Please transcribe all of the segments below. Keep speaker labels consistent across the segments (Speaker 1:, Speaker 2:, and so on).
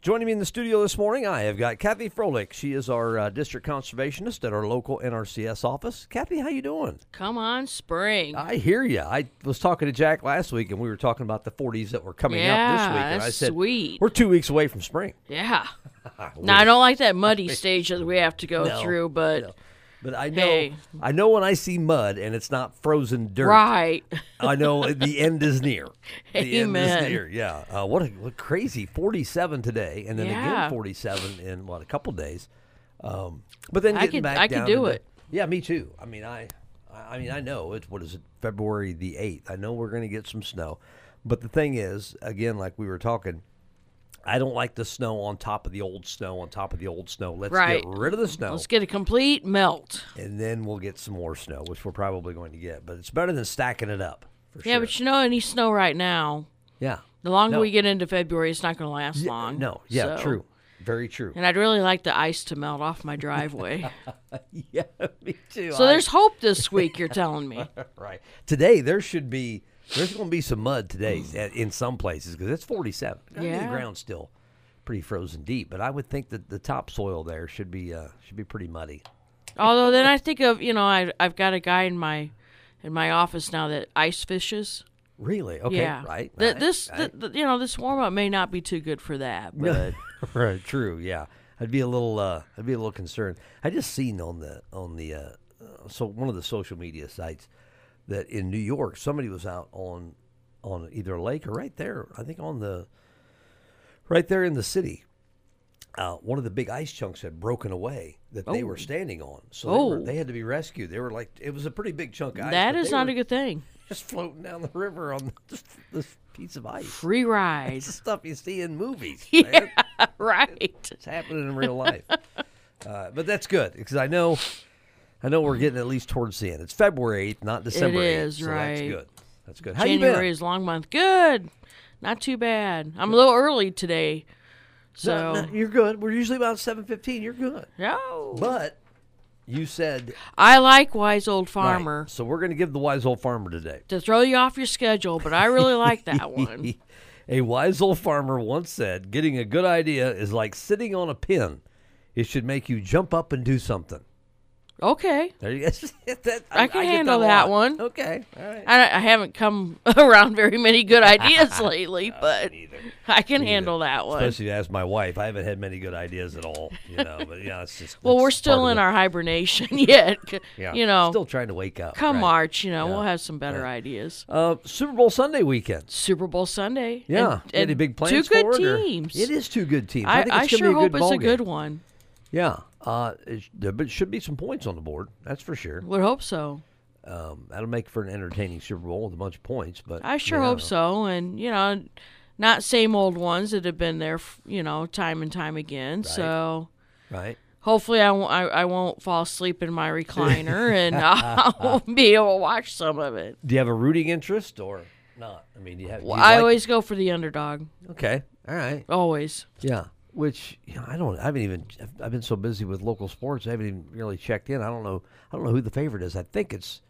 Speaker 1: Joining me in the studio this morning, I have got Kathy Froelich. She is our uh, district conservationist at our local NRCS office. Kathy, how you doing?
Speaker 2: Come on, spring.
Speaker 1: I hear you. I was talking to Jack last week, and we were talking about the 40s that were coming
Speaker 2: yeah,
Speaker 1: up this week. And
Speaker 2: that's
Speaker 1: I said,
Speaker 2: sweet.
Speaker 1: we're two weeks away from spring.
Speaker 2: yeah. now I don't like that muddy stage that we have to go
Speaker 1: No,
Speaker 2: through, but
Speaker 1: no. But I know,
Speaker 2: Hey.
Speaker 1: I know when I see mud and it's not frozen dirt.
Speaker 2: right.
Speaker 1: I know uh, the end is near. The end is
Speaker 2: Amen.
Speaker 1: near. Yeah. Uh, what a what crazy 47 today, and then again
Speaker 2: Yeah.
Speaker 1: 47 in what a couple days. Um, but then
Speaker 2: I
Speaker 1: getting
Speaker 2: could-
Speaker 1: back
Speaker 2: I could
Speaker 1: down
Speaker 2: do
Speaker 1: into-
Speaker 2: it.
Speaker 1: Yeah, me too. I mean, I, I I mean, I know it's what is it February the 8th. I know we're going to get some snow, but the thing is, again, like we were talking. I don't like the snow on top of the old snow on top of the old snow. Let's
Speaker 2: Right.
Speaker 1: get rid of the snow
Speaker 2: Let's get a complete melt.
Speaker 1: and then we'll get some more snow, which we're probably going to get. But it's better than stacking it up. For
Speaker 2: Yeah,
Speaker 1: sure.
Speaker 2: but you know, any snow right now,
Speaker 1: yeah,
Speaker 2: the longer
Speaker 1: No.
Speaker 2: we get into February, it's not going to last
Speaker 1: Yeah,
Speaker 2: long.
Speaker 1: No, yeah,
Speaker 2: So-
Speaker 1: true, very true.
Speaker 2: And I'd really like the ice to melt off my driveway.
Speaker 1: Yeah, me too.
Speaker 2: so
Speaker 1: I-
Speaker 2: there's hope this week, you're telling me.
Speaker 1: right today. There should be there's going to be some mud today at- in some places because it's 47. I mean, the
Speaker 2: Mm. Yeah.
Speaker 1: ground's still pretty frozen deep, but I would think that the topsoil there should be uh, should be pretty muddy.
Speaker 2: Although then I think of, you know, I, I've got a guy in my in my office now that ice fishes.
Speaker 1: Really? Okay.
Speaker 2: yeah.
Speaker 1: Right.
Speaker 2: Th-
Speaker 1: right,
Speaker 2: this,
Speaker 1: right.
Speaker 2: th- th- you know, this warm up may not be too good for that. But
Speaker 1: right. True. Yeah. I'd be a little. Uh, I'd be a little concerned. I just seen on the on the uh, uh, so one of the social media sites that in New York somebody was out on on either a lake or right there. I think on the right there in the city. Uh, one of the big ice chunks had broken away that they were standing on, so they, were,
Speaker 2: Oh.
Speaker 1: they had to be rescued. They were like, it was a pretty big chunk of ice.
Speaker 2: That
Speaker 1: but
Speaker 2: is
Speaker 1: they
Speaker 2: not
Speaker 1: were
Speaker 2: a good thing.
Speaker 1: just floating down the river on this, this piece of ice.
Speaker 2: Free ride.
Speaker 1: It's the stuff you see in movies. man.
Speaker 2: right.
Speaker 1: It's happening in real life. uh, but that's good because I know, I know we're getting at least towards the end. It's February eighth, not December. 8th,
Speaker 2: is,
Speaker 1: so That's
Speaker 2: right.
Speaker 1: good. That's good. How you
Speaker 2: January
Speaker 1: been?
Speaker 2: is long month. Good. Not too bad. I'm a little early today.
Speaker 1: No,
Speaker 2: So,
Speaker 1: no, you're good. We're usually about seven fifteen. You're good.
Speaker 2: no.
Speaker 1: But you said
Speaker 2: I like Wise Old
Speaker 1: right,
Speaker 2: Farmer
Speaker 1: so we're going to give the wise old farmer today.
Speaker 2: to throw you off your schedule, but I really like that one.
Speaker 1: a wise old farmer once said, "Getting a good idea is like sitting on a pin. It should make you jump up and do something."
Speaker 2: Okay.
Speaker 1: There you go. That-
Speaker 2: I can
Speaker 1: get
Speaker 2: handle
Speaker 1: a
Speaker 2: that
Speaker 1: lot.
Speaker 2: one.
Speaker 1: Okay. All right.
Speaker 2: I, I haven't come around very many good ideas lately, but I can handle that one.
Speaker 1: Especially to ask my wife. I haven't had many good ideas at all, you know. But yeah, it's just.
Speaker 2: Well,
Speaker 1: that's
Speaker 2: we're
Speaker 1: part
Speaker 2: still
Speaker 1: of
Speaker 2: in
Speaker 1: the-
Speaker 2: our hibernation yet.
Speaker 1: yeah,
Speaker 2: You know,
Speaker 1: still trying to wake up.
Speaker 2: come
Speaker 1: right.
Speaker 2: March, you know, we'll have some better ideas.
Speaker 1: Uh, Super Bowl Sunday weekend.
Speaker 2: Super Bowl Sunday.
Speaker 1: Yeah,
Speaker 2: and,
Speaker 1: any
Speaker 2: and
Speaker 1: big plans
Speaker 2: Two good
Speaker 1: for it, or-
Speaker 2: teams.
Speaker 1: It is two good teams. I,
Speaker 2: I,
Speaker 1: think
Speaker 2: I
Speaker 1: it's gonna
Speaker 2: sure
Speaker 1: be a
Speaker 2: hope
Speaker 1: good
Speaker 2: it's
Speaker 1: ball
Speaker 2: a good
Speaker 1: game.
Speaker 2: one.
Speaker 1: Yeah, uh, it, sh- there but should be some points on the board. That's for sure.
Speaker 2: Would hope so.
Speaker 1: Um, that'll make for an entertaining Super Bowl with a bunch of points. But
Speaker 2: I sure
Speaker 1: yeah.
Speaker 2: hope so. And you know, not same old ones that have been there, f- you know, time and time again. So
Speaker 1: Right.
Speaker 2: hopefully, I won't I, I won't fall asleep in my recliner and I'll be able to watch some of it.
Speaker 1: Do you have a rooting interest or not? I mean, do you have. do you
Speaker 2: I
Speaker 1: like-
Speaker 2: always go for the underdog.
Speaker 1: Okay. All right.
Speaker 2: Always.
Speaker 1: Yeah, which you know, I don't. I haven't even. I've- I've been so busy with local sports. I haven't even really checked in. I don't know. I don't know who the favorite is. I think it's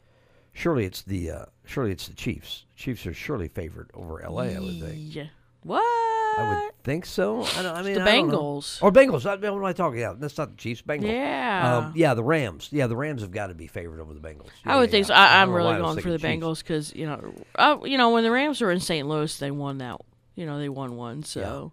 Speaker 1: surely it's the uh, surely it's the Chiefs. Chiefs are surely favored over L.A. I would think.
Speaker 2: Yeah. What?
Speaker 1: I would think so. I, don't, I mean
Speaker 2: the
Speaker 1: I don't know.
Speaker 2: Bengals.
Speaker 1: or Bengals. I, what am I talking about? That's not the Chiefs. Bengals.
Speaker 2: Yeah.
Speaker 1: Um, yeah, the Rams. Yeah, the Rams have got to be favored over the Bengals.
Speaker 2: I
Speaker 1: Yeah,
Speaker 2: would think
Speaker 1: yeah.
Speaker 2: so.
Speaker 1: don't
Speaker 2: I, I'm
Speaker 1: know why
Speaker 2: really
Speaker 1: I was
Speaker 2: going for the
Speaker 1: thinking Chiefs.
Speaker 2: Bengals because you know, uh, you know, when the Rams were in St. Louis, they won that. You know, they won one. So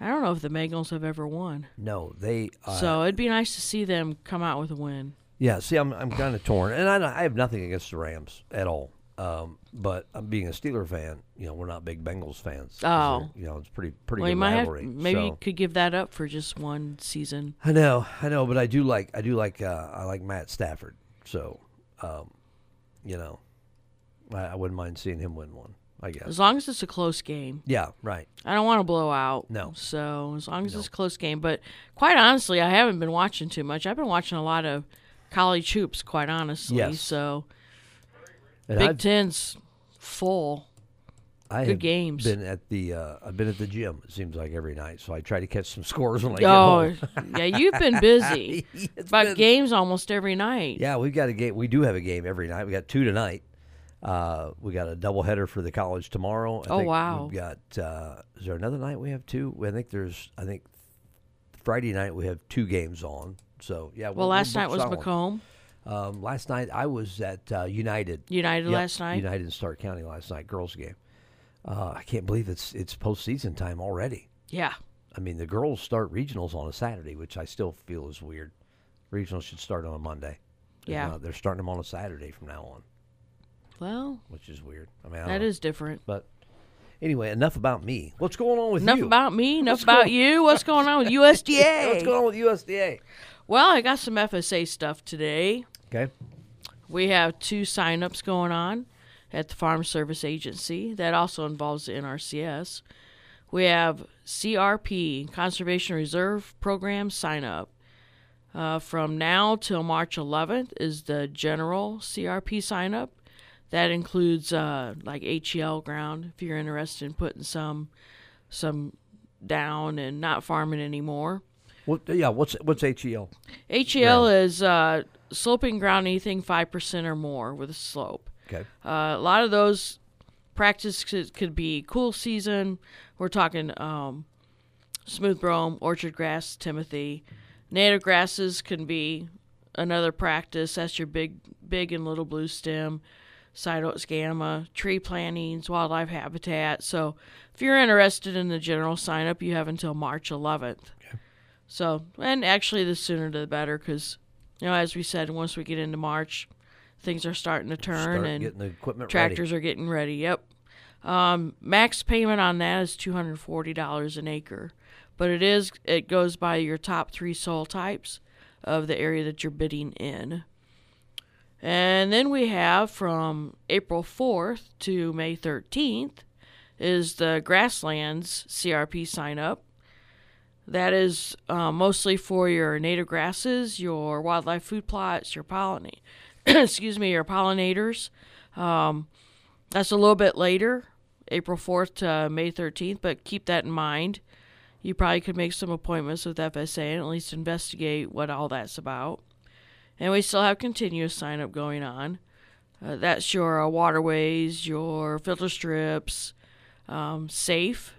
Speaker 2: I don't know if the Bengals have ever won.
Speaker 1: No, they. Uh,
Speaker 2: so it'd be nice to see them come out with a win.
Speaker 1: Yeah, see, I'm I'm kind of torn, and I don't- I have nothing against the Rams at all. Um, but I'm being a Steeler fan. You know, we're not big Bengals fans. 'cause
Speaker 2: Oh.
Speaker 1: they're- you know, it's pretty pretty
Speaker 2: Well, you
Speaker 1: good
Speaker 2: might have
Speaker 1: rivalry.
Speaker 2: maybe you
Speaker 1: so.
Speaker 2: could give that up for just one season.
Speaker 1: I know, I know, but I do like I do like uh, I like Matt Stafford. So, um, you know, I, I wouldn't mind seeing him win one. I guess.
Speaker 2: As long as it's a close game,
Speaker 1: Yeah. Right.
Speaker 2: I don't want to blow out.
Speaker 1: No.
Speaker 2: So as long as it's a close game, but quite honestly, I haven't been watching too much. I've been watching a lot of college hoops, quite honestly.
Speaker 1: Yes.
Speaker 2: So
Speaker 1: And
Speaker 2: Big
Speaker 1: I've,
Speaker 2: Ten's full.
Speaker 1: I
Speaker 2: good
Speaker 1: have
Speaker 2: games.
Speaker 1: Been at the uh, I've been at the gym. It seems like every night. So I try to catch some scores when I get
Speaker 2: Oh,
Speaker 1: home.
Speaker 2: yeah, you've been busy.
Speaker 1: It's
Speaker 2: About
Speaker 1: been-
Speaker 2: games almost every night.
Speaker 1: Yeah, we've got a game. We do have a game every night. We got two tonight. Uh, we got a doubleheader for the college tomorrow. I
Speaker 2: Oh,
Speaker 1: think
Speaker 2: wow.
Speaker 1: We've got uh, is there another night we have two? I think there's I think Friday night we have two games on. So yeah.
Speaker 2: Well, last night was
Speaker 1: McComb.
Speaker 2: Macomb
Speaker 1: Um, last night I was at uh, United.
Speaker 2: United
Speaker 1: Yep,
Speaker 2: last night.
Speaker 1: United in Stark County last night, girls game. Uh, I can't believe it's it's postseason time already.
Speaker 2: Yeah.
Speaker 1: I mean, the girls start regionals on a Saturday, which I still feel is weird. Regionals should start on a Monday. They're
Speaker 2: Yeah.
Speaker 1: not- they're starting them on a Saturday from now on,
Speaker 2: Well,
Speaker 1: which is weird. I mean, I
Speaker 2: that
Speaker 1: don't know.
Speaker 2: is different.
Speaker 1: But anyway, enough about me. What's going on with
Speaker 2: Enough
Speaker 1: you?
Speaker 2: about me. Enough about you. What's going on with USDA?
Speaker 1: What's going on with USDA?
Speaker 2: Well, I got some FSA stuff today.
Speaker 1: Okay.
Speaker 2: We have two signups going on at the Farm Service Agency. That also involves the NRCS. We have CRP, Conservation Reserve Program sign up. Uh, from now till March 11th is the general CRP sign up. That includes uh, like HEL ground if you're interested in putting some some down and not farming anymore.
Speaker 1: What, yeah. What's what's E HEL?
Speaker 2: HEL is uh, sloping ground anything 5% or more with a slope.
Speaker 1: Okay.
Speaker 2: Uh, a lot of those practices could be cool season. We're talking um, smooth brome, orchard grass, Timothy. Native grasses can be another practice. That's your big, big and little blue stem, side oats gamma, tree plantings, wildlife habitat. So if you're interested in the general sign up, you have until March 11th. So, and actually, the sooner the better, because you know, as we said, once we get into March, things are starting to turn
Speaker 1: Start
Speaker 2: and
Speaker 1: getting the equipment ready.
Speaker 2: tractors are getting ready. Yep. Um, max payment on that is two hundred forty dollars an acre, but it is it goes by your top three soil types of the area that you're bidding in. And then we have from April fourth to May thirteenth is the grasslands CRP sign up. That is uh, mostly for your native grasses, your wildlife food plots, your pollinate, excuse me, your pollinators. That's a little bit later, April 4th to May 13th, but keep that in mind. You probably could make some appointments with FSA and at least investigate what all that's about. And we still have continuous sign up going on. Uh, that's your uh, waterways, your filter strips, um, SAFE.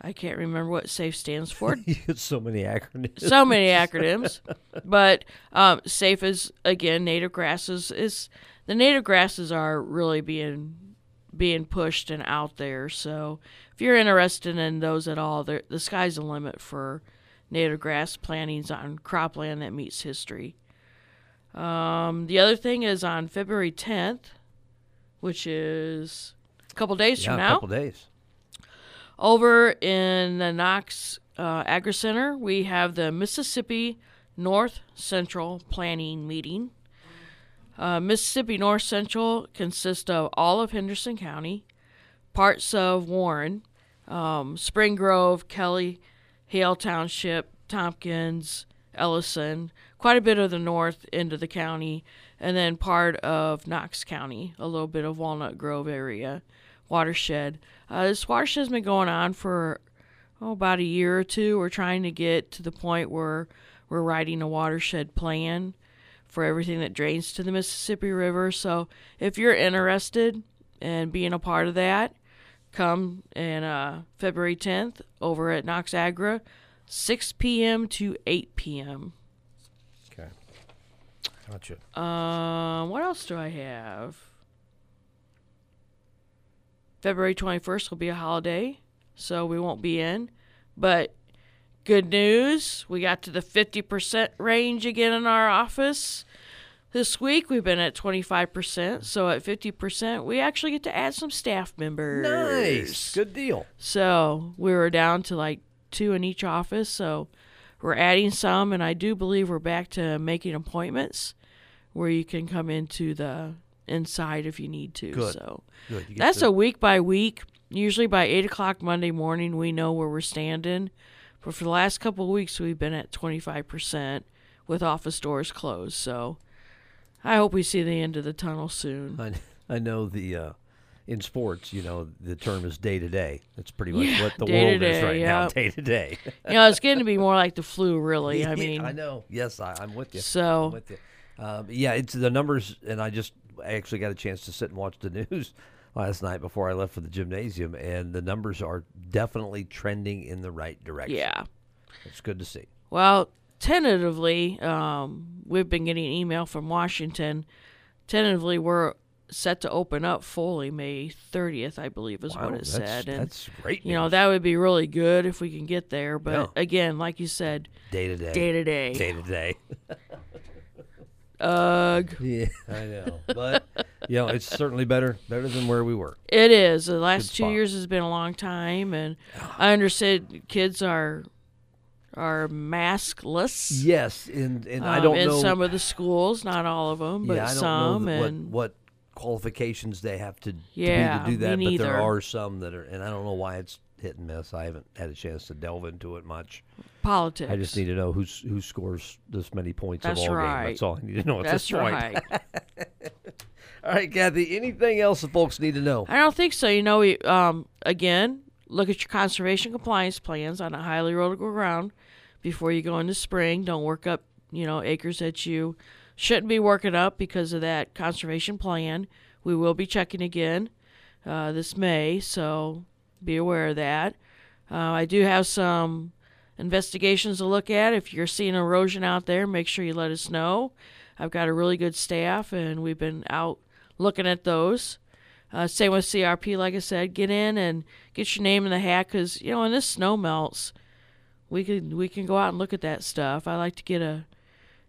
Speaker 2: I can't remember what SAFE stands for
Speaker 1: so many acronyms.
Speaker 2: so many acronyms. But um, safe is again native grasses is the native grasses are really being being pushed and out there. So if you're interested in those at all, there- the sky's the limit for native grass plantings on cropland that meets history. Um, the other thing is on February 10th, which is a couple days
Speaker 1: yeah,
Speaker 2: from
Speaker 1: a
Speaker 2: now,
Speaker 1: couple days.
Speaker 2: over in the Knox uh, Agri Center, we have the Mississippi North Central Planning Meeting. Uh, Mississippi North Central consists of all of Henderson County, parts of Warren, um, Spring Grove, Kelly, Hale Township, Tompkins, Ellison, quite a bit of the north end of the county, and then part of Knox County, a little bit of Walnut Grove area watershed. Uh, this watershed's been going on for oh, about a year or two. We're trying to get to the point where we're writing a watershed plan for everything that drains to the Mississippi River. So if you're interested in being a part of that, come and uh, February 10th over at Knox Agra, 6 p.m. to 8 p.m.
Speaker 1: Okay. Gotcha.
Speaker 2: Um, what else do I have? February 21st will be a holiday, so we won't be in. But good news, we got to the 50% range again in our office. This week we've been at 25%, so at 50%, we actually get to add some staff members.
Speaker 1: Nice. Good deal.
Speaker 2: So we were down to like two in each office. So we're adding some, and I do believe we're back to making appointments where you can come into the inside if you need to.
Speaker 1: Good.
Speaker 2: So
Speaker 1: Good. You get
Speaker 2: that's
Speaker 1: the-
Speaker 2: a week by week. Usually by eight o'clock Monday morning, we know where we're standing. But for the last couple of weeks, we've been at twenty five percent with office doors closed. So I hope we see the end of the tunnel soon.
Speaker 1: I, I know the uh, in sports, you know, the term is day to day. That's pretty much
Speaker 2: Yeah,
Speaker 1: what the
Speaker 2: day to
Speaker 1: world is
Speaker 2: day,
Speaker 1: right now.
Speaker 2: yep.
Speaker 1: Day to day.
Speaker 2: you know, it's getting to be more like the flu, really. I
Speaker 1: Yeah,
Speaker 2: mean,
Speaker 1: I know. Yes, I, I'm with you. I'm
Speaker 2: so
Speaker 1: with you. Um, yeah, it's the numbers, and I just I actually got a chance to sit and watch the news last night before I left for the gymnasium, and the numbers are definitely trending in the right direction.
Speaker 2: Yeah.
Speaker 1: It's good to see.
Speaker 2: Well, tentatively, um, we've been getting email from Washington. Tentatively, we're set to open up fully May 30th, I believe, is
Speaker 1: Wow,
Speaker 2: what it
Speaker 1: that's,
Speaker 2: said. And
Speaker 1: that's great.
Speaker 2: you know
Speaker 1: news.
Speaker 2: that would be really good if we can get there. But
Speaker 1: Yeah.
Speaker 2: again, like you said,
Speaker 1: day to day,
Speaker 2: day to day.
Speaker 1: day to day.
Speaker 2: Ugh,
Speaker 1: Yeah, I know, but you know, it's certainly better better than where we were.
Speaker 2: it is. The
Speaker 1: Good
Speaker 2: last two
Speaker 1: spot.
Speaker 2: years has been a long time, and I understand kids are are maskless.
Speaker 1: Yes, and and I
Speaker 2: um,
Speaker 1: don't
Speaker 2: in
Speaker 1: know.
Speaker 2: some of the schools, not all of them, but
Speaker 1: yeah, I don't
Speaker 2: some.
Speaker 1: know that
Speaker 2: and
Speaker 1: what what qualifications they have to, to be
Speaker 2: Yeah,
Speaker 1: to do
Speaker 2: me
Speaker 1: that, but
Speaker 2: neither.
Speaker 1: there are some that are, and I don't know why it's hit and miss. I haven't had a chance to delve into it much.
Speaker 2: politics.
Speaker 1: I just need to know who's who scores this many points
Speaker 2: That's
Speaker 1: of all
Speaker 2: right.
Speaker 1: game. That's all I need to know at
Speaker 2: That's
Speaker 1: this point.
Speaker 2: right.
Speaker 1: All right, Kathy. Anything else that folks need to know?
Speaker 2: I don't think so. You know, we, um, again, look at your conservation compliance plans on a highly erodible ground before you go into spring. Don't work up, you know, acres that you shouldn't be working up because of that conservation plan. We will be checking again uh, this May, so be aware of that. Uh, I do have some investigations to look at. If you're seeing erosion out there, make sure you let us know. I've got a really good staff, and we've been out looking at those. Uh, same with CRP, like I said, get in and get your name in the hat because you know when this snow melts, we can we can go out and look at that stuff. I like to get a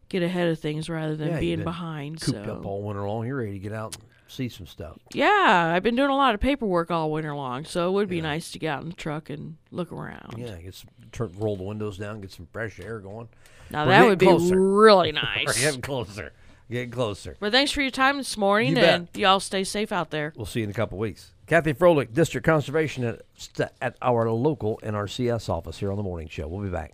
Speaker 2: get ahead of things rather than
Speaker 1: Yeah, you've
Speaker 2: being
Speaker 1: been
Speaker 2: behind.
Speaker 1: Cooped
Speaker 2: so.
Speaker 1: up all winter long. You're ready to get out and see some stuff.
Speaker 2: Yeah, I've been doing a lot of paperwork all winter long, so it would be nice to get out in the truck and look around.
Speaker 1: Yeah, get some, turn, roll the windows down, get some fresh air going.
Speaker 2: Now
Speaker 1: We're
Speaker 2: that would be
Speaker 1: getting closer.
Speaker 2: really
Speaker 1: We're
Speaker 2: nice.
Speaker 1: getting closer. Getting closer.
Speaker 2: but thanks for your time this morning,
Speaker 1: You bet.
Speaker 2: and y'all stay safe out there.
Speaker 1: We'll see you in a couple weeks. Kathy Froelich, District Conservation at, at our local NRCS office here on the morning show. We'll be back.